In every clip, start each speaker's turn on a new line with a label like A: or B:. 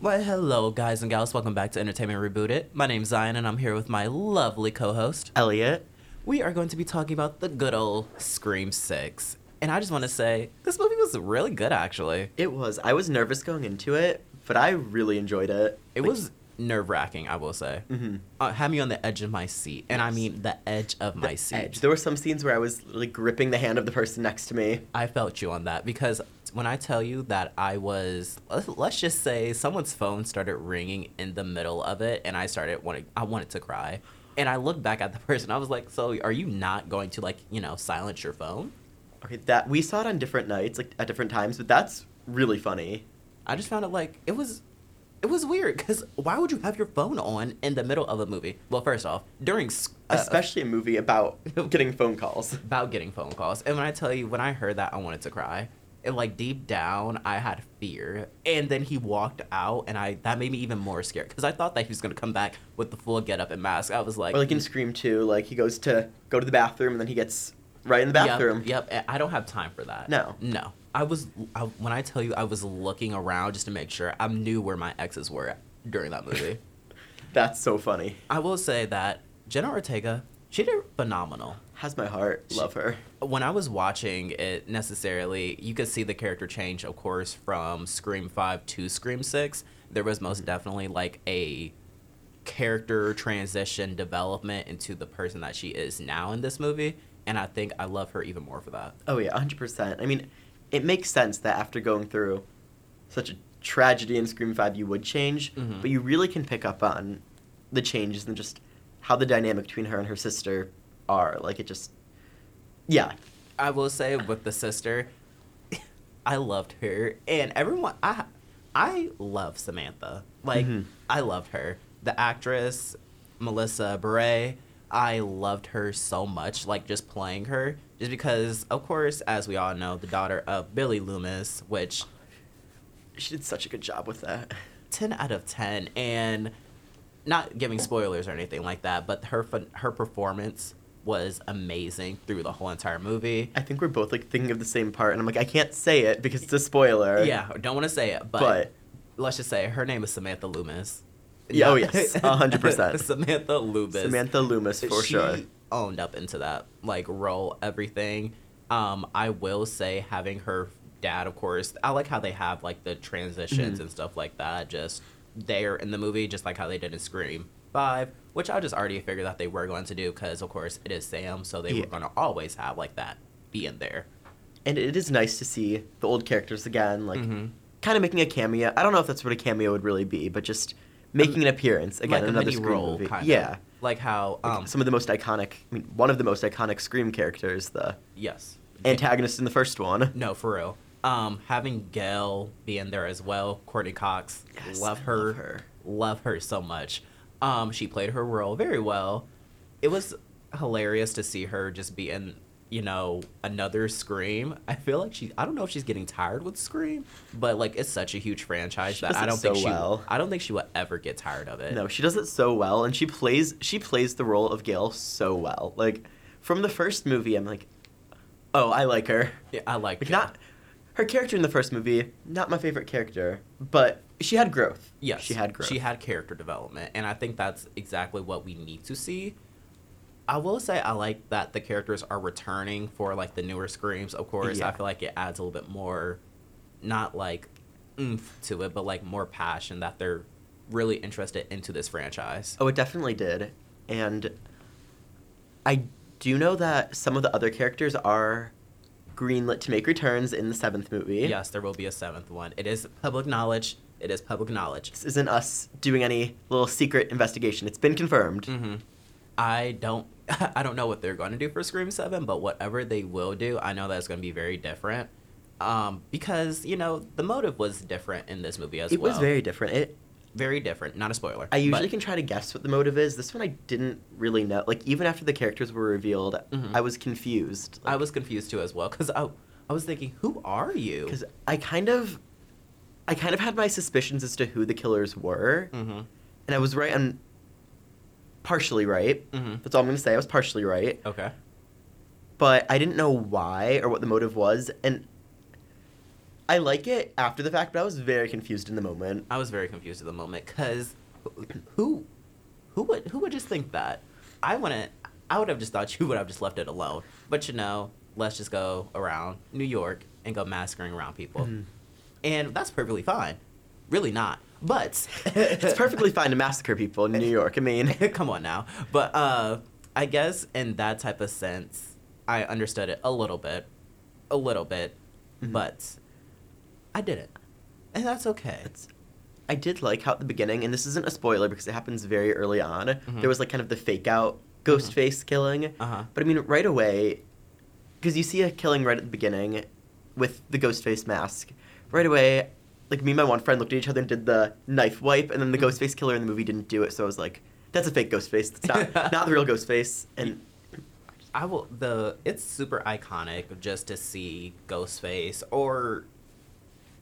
A: Well, hello, guys and gals. Welcome back to Entertainment Rebooted. My name's Zion, and I'm here with my lovely co host.
B: Elliot.
A: We are going to be talking about the good old Scream 6. And I just want to say, this movie was really good, actually.
B: It was. I was nervous going into it, but I really enjoyed it.
A: It
B: Like,
A: was nerve wracking, I will say.
B: Mhm.
A: Uh, had me on the edge of my seat. And I
B: Yes.
A: mean, the edge of my seat.
B: edge. There were some scenes where I was like gripping the hand of the person next to me.
A: I felt you on that because when I tell you that I was, let's- let's just say, someone's phone started ringing in the middle of it, and I started wanting, I wanted to cry, and I looked back at the person. I was like, "So, are you not going to like, you know, silence your phone?"
B: Okay, that we saw it on different nights, like at different times, but that's really funny.
A: I just found it like it was, it was weird because why would you have your phone on in the middle of a movie? Well, first off, during s- uh,
B: Especially a movie about getting phone calls.
A: about getting phone calls. And when I tell you, when I heard that, I wanted to cry. And like deep down, I had fear. And then he walked out, and I that made me even more scared because I thought that he was gonna come back with the full getup and mask. I was like,
B: Or like mm. in Scream 2, like he goes to go to the bathroom and then he gets right in the
A: Yep,
B: bathroom.
A: Yep, and I don't have time for that.
B: No.
A: no. I was I, when I tell you, I was looking around just to make sure I knew where my exes were during that movie.
B: That's so funny.
A: I will say that Jenna Ortega, she did phenomenal.
B: Has my heart. Love her.
A: when I was watching it necessarily, you could see the character change, of course, from Scream 5 to Scream 6. There was most definitely like a character transition development into the person that she is now in this movie. And I think I love her even more for that.
B: Oh yeah, hundred percent. I mean, it makes sense that after going through such a tragedy in Scream Five, you would change,
A: Mhm.
B: but you really can pick up on the changes and just how the dynamic between her and her sister are. Like it just, yeah,
A: I will say with the sister, I loved her, and everyone. I I love Samantha. Like
B: Mhm.
A: I loved her. The actress Melissa Bray. I loved her so much. Like just playing her, just because, of course, as we all know, the daughter of Billy Loomis, which
B: she did such a good job with that.
A: 10 out of 10 and not giving spoilers or anything like that but her fun- her performance was amazing through the whole entire movie
B: I think we're both like thinking of the same part, and I'm like, I can't say it because it's a spoiler.
A: Yeah, don't want to say it, but,
B: But-
A: let's just say her name is Samantha Loomis.
B: Yeah, oh
A: Not-
B: yes, a hundred percent.
A: Samantha Loomis.
B: Samantha Loomis for
A: she
B: sure.
A: owned up into that like role, everything. Um, I will say having her dad, of course. I like how they have like the transitions
B: Mhm.
A: and stuff like that, just there in the movie, just like how they did in Scream Five, which I just already figured that they were going to do because, of course, it is Sam, so they
B: Yeah.
A: were going to always have like that be in there.
B: And it is nice to see the old characters again, like
A: Mhm.
B: kind of making a cameo. I don't know if that's what a cameo would really be, but just making an appearance again,
A: like
B: in
A: a
B: another
A: mini
B: Scream
A: role,
B: movie.
A: kind of.
B: yeah,
A: Like how
B: Like,
A: um,
B: some of the most iconic. I mean, one of the most iconic Scream characters, the
A: Yes.
B: antagonist in the first one.
A: No, for real. Um, having Gail be in there as well, Courtney Cox,
B: Yes,
A: love
B: I
A: her,
B: love her.
A: love her so much. Um, she played her role very well. It was hilarious to see her just be in, you know, another Scream. I feel like she, I don't know if she's getting tired with Scream, but like it's such a huge franchise
B: She
A: that
B: does
A: I
B: it
A: don't
B: so
A: think
B: well.
A: she, I don't think she will ever get tired of it.
B: No, she does it so well, and she plays she plays the role of Gail so well. Like from the first movie, I'm like, oh, I like her.
A: Yeah, I like
B: Like
A: Gail.
B: not her character in the first movie, not my favorite character, but she had growth.
A: Yes.
B: she had growth.
A: She had character development, and I think that's exactly what we need to see. I will say I like that the characters are returning for like the newer screams. Of course, I
B: Yeah.
A: feel like it adds a little bit more, not like oomph to it, but like more passion that they're really interested into this franchise.
B: Oh, it definitely did. And I do know that some of the other characters are greenlit to make returns in the seventh movie.
A: Yes, there will be a seventh one. It is public knowledge. It is public knowledge.
B: This isn't us doing any little secret investigation. It's been confirmed.
A: hmm I don't I don't know what they're going to do for Scream Seven, but whatever they will do, I know that's going to be very different. Um, because you know the motive was different in this movie as
B: It
A: well.
B: was very different. It
A: very different. Not a spoiler.
B: I usually
A: but-
B: can try to guess what the motive is. This one I didn't really know. Like even after the characters were revealed,
A: Mhm.
B: I was confused.
A: I was confused too as well because I I was thinking who are you?
B: because I kind of I kind of had my suspicions as to who the killers were.
A: hmm
B: and I was right on partially right.
A: Mhm.
B: That's all I'm gonna say. I was partially right,
A: Okay.
B: but I didn't know why or what the motive was, and I like it after the fact, but I was very confused in the moment.
A: I was very confused at the moment because who, who would who would just think that? I wouldn't. I would have just thought you would have just left it alone. But you know, let's just go around New York and go maskering around people,
B: Mhm.
A: and that's perfectly fine. Really not, but
B: It's perfectly fine to massacre people in New York. I mean,
A: Come on now. But uh, I guess in that type of sense, I understood it a little bit, a little bit,
B: Mhm.
A: but I didn't, and that's okay.
B: It's- I did like how at the beginning, and this isn't a spoiler because it happens very early on. There was like kind of the fake out ghost face killing,
A: Uh huh.
B: but I mean right away, because you see a killing right at the beginning, with the ghost face mask. Right away, like me and my one friend looked at each other and did the knife wipe, and then the
A: Mhm.
B: ghost face killer in the movie didn't do it, so I was like, "That's a fake ghost face. That's not not the real ghost face." And
A: I will the it's super iconic just to see Ghostface or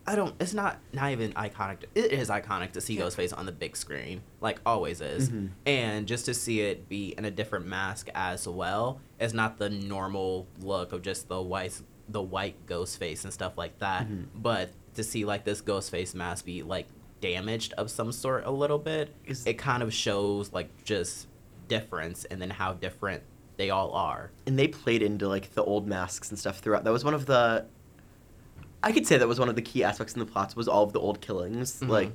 A: I don't it's not not even iconic it is iconic to see Ghostface on the big screen like always is
B: Mhm.
A: and just to see it be in a different mask as well it's not the normal look of just the white the white Ghostface and stuff like that
B: Mhm.
A: but to see like this Ghostface mask be like damaged of some sort a little bit
B: Is-
A: it kind of shows like just difference and then how different they all are
B: and they played into like the old masks and stuff throughout. That was one of the I could say that was one of the key aspects in the plots was all of the old killings.
A: Mhm.
B: Like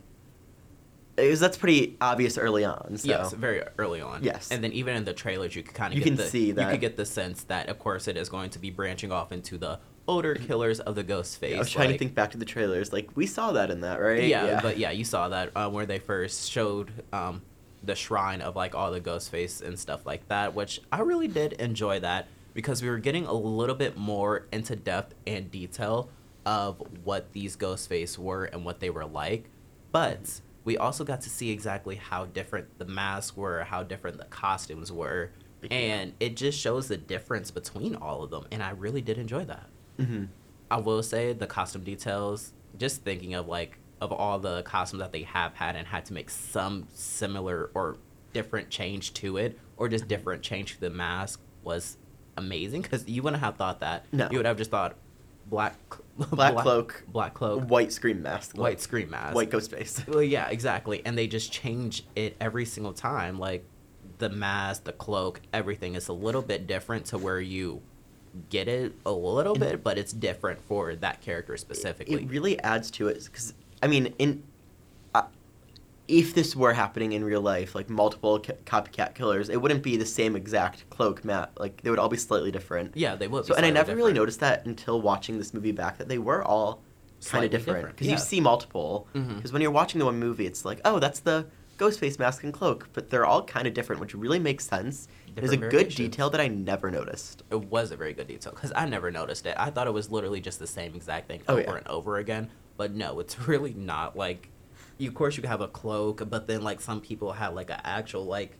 B: it was, that's pretty obvious early on. So
A: Yes, very early on.
B: Yes.
A: and then even in the trailers, you could kind of
B: You
A: get
B: can
A: the,
B: see
A: you
B: that.
A: could get the sense that, of course, it is going to be branching off into the older killers of the ghost face.
B: I was trying to
A: like-
B: think back to the trailers. Like we saw that in that, right?
A: Yeah, but yeah, you saw that uh, where they first showed um, the shrine of like all the ghost face and stuff like that, which I really did enjoy that because we were getting a little bit more into depth and detail of what these ghost face were and what they were like. But we also got to see exactly how different the masks were, how different the costumes were.
B: Yeah.
A: And it just shows the difference between all of them. And I really did enjoy that.
B: hmm
A: I will say the costume details, just thinking of like of all the costumes that they have had and had to make some similar or different change to it or
B: Mm-hmm.
A: just different change to the mask was amazing because you wouldn't have thought that.
B: No.
A: You would have just thought black
B: Black cloak.
A: black cloak, white,
B: White scream mask. like,
A: screen mask.
B: White ghost face.
A: Well, yeah, exactly. And they just change it every single time. Like the mask, the cloak, everything is a little bit different to where you get it a little bit, but it's different for that character specifically.
B: It really adds to it because I mean, in uh, if this were happening in real life, like multiple c- copycat killers, it wouldn't be the same exact cloak map. Like they would all be slightly different.
A: yeah, they would. be
B: So, and I
A: slightly
B: never really
A: different.
B: noticed that until watching this movie back that they were all kind
A: Slightly
B: of different
A: different,
B: because
A: yeah.
B: you see multiple. Because
A: Mhm.
B: when you're watching the one movie, it's like, oh, that's the Ghostface mask and cloak, but they're all kind of different, which really makes sense. There's a
A: Different
B: good
A: variations.
B: detail that I never noticed.
A: It was a very good detail because I never noticed it. I thought it was literally just the same exact thing
B: Oh,
A: over
B: yeah.
A: and over again. But no, it's really not. Like, you, of course, you have a cloak, but then like some people have like an actual like,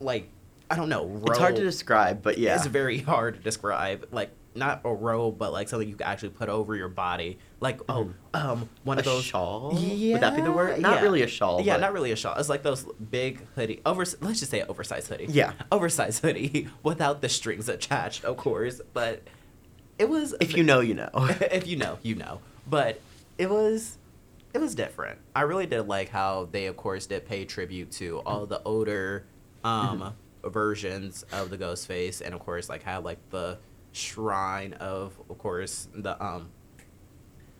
A: like I don't know.
B: It's hard
A: robe.
B: to describe, but yeah,
A: it's very hard to describe. Like not a robe, but like something you can actually put over your body. Like oh, um, one
B: Mm-hmm. a
A: of those
B: shawl. Would that be the word?
A: Yeah,
B: Not
A: yeah.
B: really a shawl.
A: Yeah,
B: but-
A: not really a shawl. It's like those big hoodie. Over, let's just say an oversized hoodie.
B: Yeah.
A: oversized hoodie without the strings attached, of course. But it was
B: If you know, you know.
A: if you know, you know. But it was it was different. I really did like how they of course did pay tribute to all the older um
B: Mm-hmm.
A: versions of the Ghostface and of course like had like the shrine of of course the um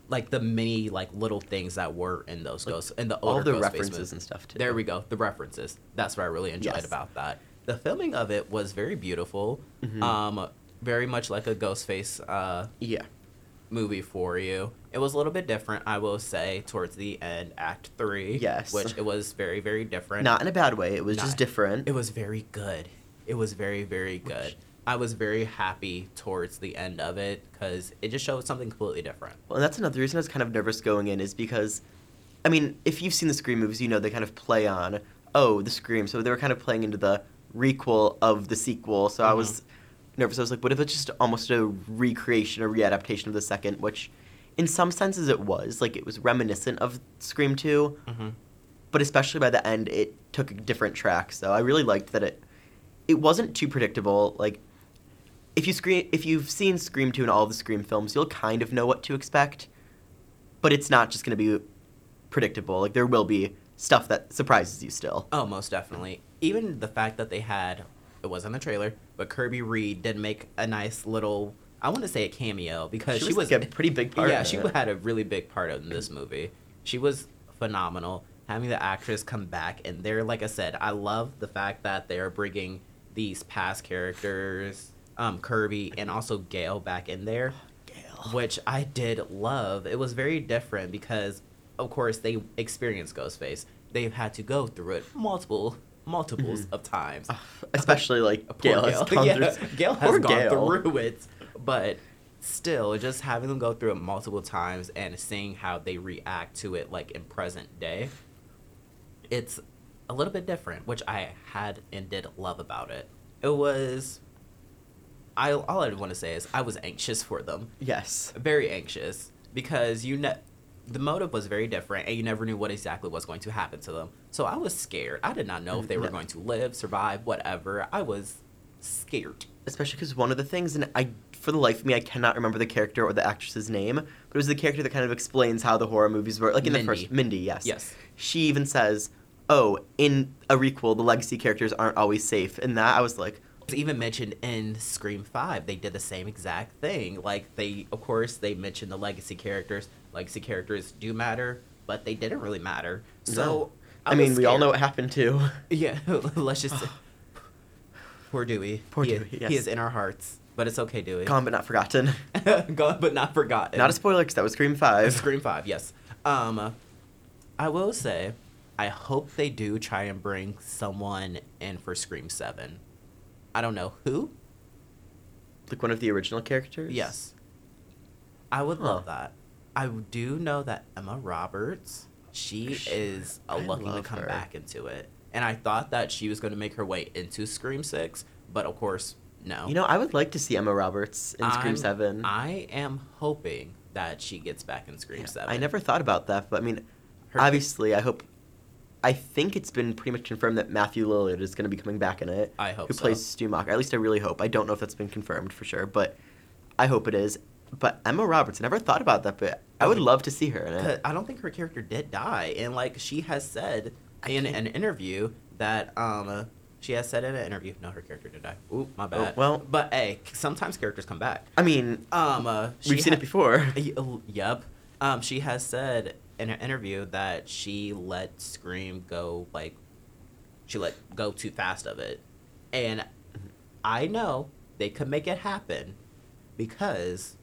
A: like the many like little things that were in those
B: Like,
A: ghosts in the older
B: all
A: Ghostface
B: the references
A: movies.
B: and stuff too.
A: There we go. The references. That's what I really enjoyed
B: Yes.
A: about that. The filming of it was very beautiful.
B: Mhm.
A: Um, very much like a Ghostface uh,
B: Yeah.
A: movie for you. It was a little bit different, I will say, towards the end, Act Three.
B: Yes.
A: Which it was very, very different.
B: Not in a bad way. It was
A: Not-
B: just different.
A: It was very good. It was very, very good. I was very happy towards the end of it because it just showed something completely different.
B: Well, and that's another reason I was kind of nervous going in is because, I mean, if you've seen the Scream movies, you know they kind of play on oh the Scream, so they were kind of playing into the requel of the sequel. So I was
A: Mm-hmm.
B: nervous. I was like, what if it's just almost a recreation or readaptation of the second, which, in some senses, it was like it was reminiscent of Scream two,
A: Mm-hmm.
B: but especially by the end it took a different track so i really liked that it it wasn't too predictable like if you scream if you've seen scream 2 and all the scream films you'll kind of know what to expect but it's not just going to be predictable. Like there will be stuff that surprises you still.
A: Oh, most definitely. Even the fact that they had it was in the trailer, but Kirby Reed did make a nice little I want to say a cameo because she, was,
B: like, a pretty big part.
A: yeah,
B: in
A: she
B: it.
A: had a really big part in this movie. She was phenomenal. Having the actress come back and they're like I said, I love the fact that they're bringing these past characters, um, Kirby and also Gail back in there
B: Gale.
A: which I did love. It was very different because, of course, they experienced Ghostface. They've had to go through it multiple, multiples
B: Mm-hmm.
A: of times.
B: Especially like
A: Poor
B: Gail has gone
A: Yeah,
B: through.
A: Gail has
B: Poor
A: gone
B: Gale.
A: through it, but still, just having them go through it multiple times and seeing how they react to it, like in present day, it's a little bit different, which I had and did love about it. It was. I all I want to say is I was anxious for them
B: Yes.
A: very anxious because you know the motive was very different and you never knew what exactly was going to happen to them. So I was scared. I did not know if they were
B: No.
A: going to live, survive, whatever. I was scared.
B: especially because one of the things, and I, for the life of me, I cannot remember the character or the actress's name, but it was the character that kind of explains how the horror movies work. Like in the
A: Mindy.
B: first, Mindy, yes.
A: Yes.
B: She even says, "Oh, in a requel, the legacy characters aren't always safe." And that I was like,
A: It's even mentioned in Scream 5. They did the same exact thing. Like they of course they mentioned the legacy characters. Legacy characters do matter, but they didn't really matter. So
B: No.
A: I,
B: I, mean,
A: was
B: we all know
A: scared.
B: what happened to.
A: Yeah, let's just. Poor Dewey.
B: Poor
A: He-
B: Dewey, yes.
A: He is in our hearts, but it's okay, Dewey.
B: Gone but not forgotten.
A: Gone but not forgotten.
B: Not a spoiler because that was Scream
A: Uh,
B: Five.
A: Scream Five, yes. Um, I will say, I hope they do try and bring someone in for Scream Seven. I don't know who.
B: like one of the original characters.
A: Yes, I would
B: Huh.
A: love that. I do know that Emma Roberts, she
B: She-
A: is uh,
B: I
A: looking to
B: love
A: come
B: her.
A: back into it, and I thought that she was going to make her way into Scream Six, but of course, no.
B: You know, I would like to see Emma Roberts in Scream
A: I'm-
B: Seven.
A: I am hoping that she gets back in Scream
B: Yeah,
A: Seven.
B: I never thought about that, but I mean,
A: Her-
B: obviously, I hope. I think it's been pretty much confirmed that Matthew Lillard is going to be coming back in it.
A: I hope
B: Who
A: so.
B: plays Stu Mock? At least I really hope. I don't know if that's been confirmed for sure, but I hope it is. But Emma Roberts, I never thought about that, but I would
A: Okay.
B: love to see her in
A: Because
B: it.
A: I don't think her character did die, and like she has said
B: I
A: in
B: can't-
A: an interview that um she has said in an interview no her character did die. Ooh, my bad.
B: Oh, well.
A: but hey, sometimes characters come back.
B: I mean,
A: Um, uh,
B: we've
A: she
B: seen
A: ha-
B: it before.
A: Y- l- Yep. oh, Um, she has said in an interview that she let Scream go like she let go too fast of it, and I know they could make it happen because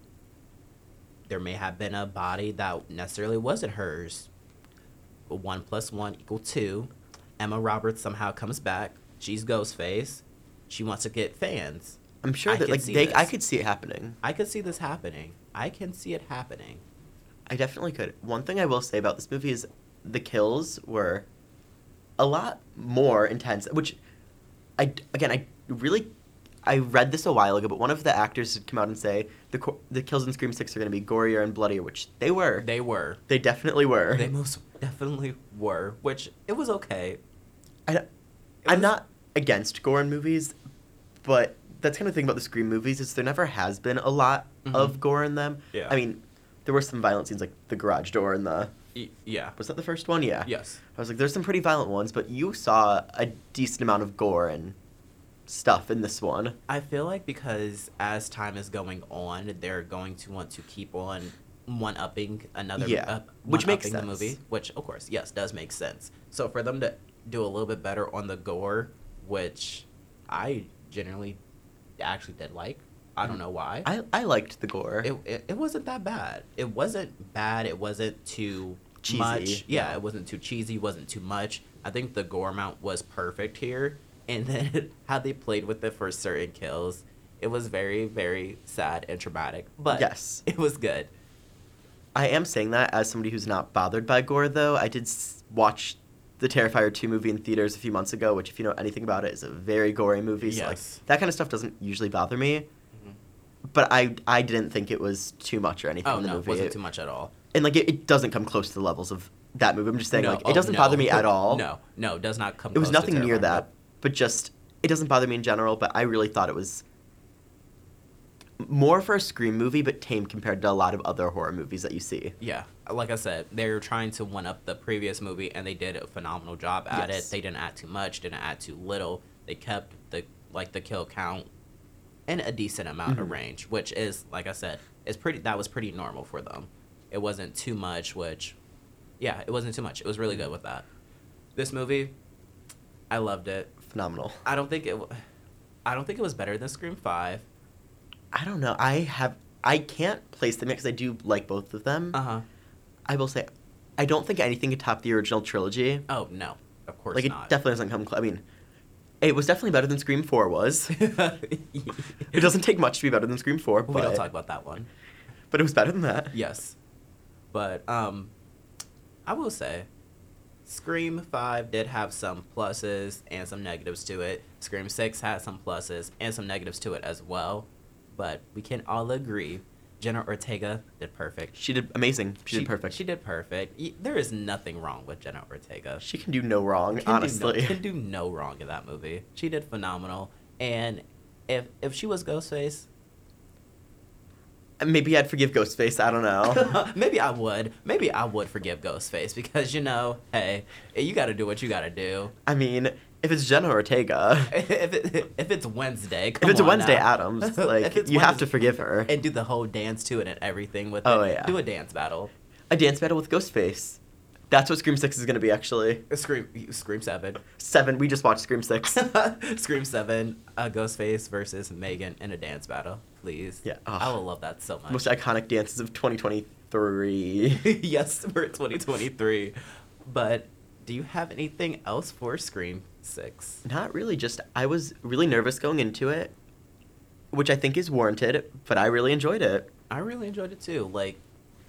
A: there may have been a body that necessarily wasn't hers. One plus one equal two. Emma Roberts somehow comes back. She's Ghostface. She wants to get fans.
B: I'm sure
A: I
B: that
A: could
B: like
A: see
B: they, I
A: this.
B: could see it happening.
A: I could see this happening. I can see it happening.
B: I definitely could. One thing I will say about this movie is the kills were a lot more intense, which I again I really I read this a while ago, but one of the actors had come out and say the co- the kills in Scream 6 are going to be gorier and bloodier, which they were. They,
A: They were.
B: definitely were.
A: They most definitely were, which it was okay.
B: I, don't-
A: It
B: I'm
A: was-
B: not against gore in movies, but that's kind of the thing about the Scream movies is there never has been a lot
A: Mhm.
B: of gore in them.
A: Yeah.
B: I mean, there were some violent scenes like the garage door and the
A: Y- yeah.
B: was that the first one? Yeah.
A: Yes.
B: I was like, there's some pretty violent ones, but you saw a decent amount of gore and stuff in this one.
A: I feel like because as time is going on, they're going to want to keep on one upping another
B: Yeah,
A: up,
B: which makes
A: one-upping
B: sense.
A: the movie, which of course, yes, does make sense. So for them to do a little bit better on the gore, which I generally actually did like. I don't know why.
B: I, I liked the gore.
A: it, it, it wasn't that bad. It wasn't bad. It wasn't too
B: Cheesy,
A: much. Yeah,
B: no.
A: it wasn't too cheesy. wasn't too much. I think the gore amount was perfect here, and then how they played with it for certain kills, it was very very sad and traumatic. But
B: Yes.
A: it was good.
B: I am saying that as somebody who's not bothered by gore, though. I did s- watch the Terrifier 2 movie in theaters a few months ago, which, if you know anything about it, is a very gory movie. So, like,
A: Yes. Mm-hmm.
B: that kind of stuff doesn't usually bother me. But I, I didn't think it was too much or anything
A: Oh
B: in the
A: no, it
B: movie.
A: wasn't too much at all.
B: And like it, it doesn't come close to the levels of that movie. I'm just saying
A: No,
B: like
A: oh,
B: it doesn't
A: no.
B: bother me at all.
A: No, no, it does not come.
B: it was
A: close to
B: nothing near
A: Terrifier.
B: that, but just it doesn't bother me in general. But I really thought it was more for a Scream movie, but tame compared to a lot of other horror movies that you see.
A: Yeah, like I said, they're trying to one up the previous movie, and they did a phenomenal job at
B: Yes.
A: it. They didn't add too much, didn't add too little. They kept the like the kill count in a decent amount of
B: Mhm.
A: range, which is like I said, is pretty. That was pretty normal for them. It wasn't too much, which yeah, it wasn't too much. It was really good with that. This movie, I loved it.
B: Phenomenal.
A: I don't think it. w- I don't think it was better than Scream Five.
B: I don't know. I have I can't place them yet because I do like both of them.
A: Uh huh.
B: I will say, I don't think anything could top the original trilogy.
A: Oh no, of course
B: like
A: not.
B: it definitely doesn't come close. I mean, it was definitely better than Scream Four was. it doesn't take much to be better than Scream Four,
A: We don't
B: but,
A: talk about that one.
B: but it was better than that.
A: Yes. But um I will say Scream 5 did have some pluses and some negatives to it. Scream 6 had some pluses and some negatives to it as well. But we can all agree Jenna Ortega did perfect.
B: She did amazing. She, did perfect.
A: She
B: She,
A: did perfect. Y- There is nothing wrong with Jenna Ortega.
B: can do no wrong,
A: Can do no-
B: honestly.
A: can do no wrong in that movie. She did phenomenal. And if if she was Ghostface,
B: And Maybe I'd forgive Ghostface. I don't know.
A: maybe I would. Maybe I would forgive Ghostface because you know, hey, you got to do what you got to do.
B: I mean, if it's Jenna Ortega,
A: If it, if it's Wednesday,
B: if
A: come
B: it's a
A: on
B: Wednesday
A: now.
B: Adams,
A: If
B: like
A: it's
B: you have to
A: Wednesday-
B: forgive her.
A: and do the whole dance to it and everything with
B: Oh,
A: it.
B: yeah.
A: Do a dance battle.
B: A dance battle with Ghostface. That's what Scream Six is gonna be actually.
A: Scream, scream seven,
B: Seven. We just watched Scream Six.
A: scream seven. Uh, Ghostface versus Megan in a dance battle, please.
B: Yeah. Ah.
A: I will love that so much.
B: Most iconic dances of 2023.
A: yes, for 2023. But do you have anything else for Scream Six?
B: Not really. Just I was really nervous going into it, which I think is warranted. But I really enjoyed it.
A: I really enjoyed it too. Like,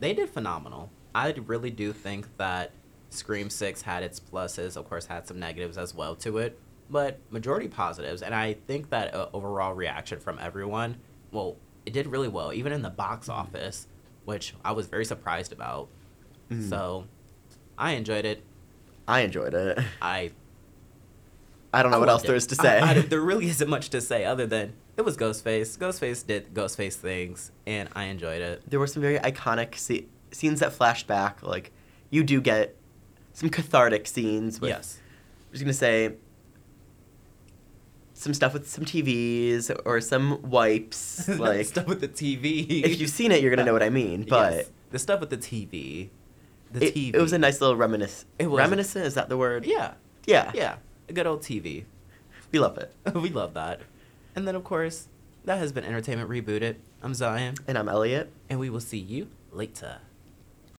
A: they did phenomenal. I really do think that Scream 6 had its pluses, of course, had some negatives as well to it, but majority positives. And I think that uh, overall reaction from everyone, well, it did really well, even in the box
B: Mm-hmm.
A: office, which I was very surprised about.
B: Mhm.
A: So I enjoyed it.
B: I enjoyed it.
A: I
B: I don't know what else
A: loved it.
B: there is to
A: I-
B: say.
A: I- there really isn't much to say other than it was Ghostface. Ghostface did Ghostface things, and I enjoyed it.
B: there were some very iconic sce- scenes that flashed back. Like you do get some cathartic scenes. With,
A: Yes.
B: I was gonna say some stuff with some TVs or some wipes. Like
A: stuff with the TV.
B: if you've seen it, you're gonna know what I mean.
A: Yes.
B: But
A: the stuff with the TV, the
B: it,
A: TV.
B: it was a nice little reminisce.
A: It was.
B: Reminiscent is that the word?
A: yeah,
B: Yeah.
A: yeah, a good old TV.
B: We love it.
A: we love that. And then of course, that has been Entertainment Rebooted. I'm Zion,
B: And I'm Elliot.
A: and we will see you later.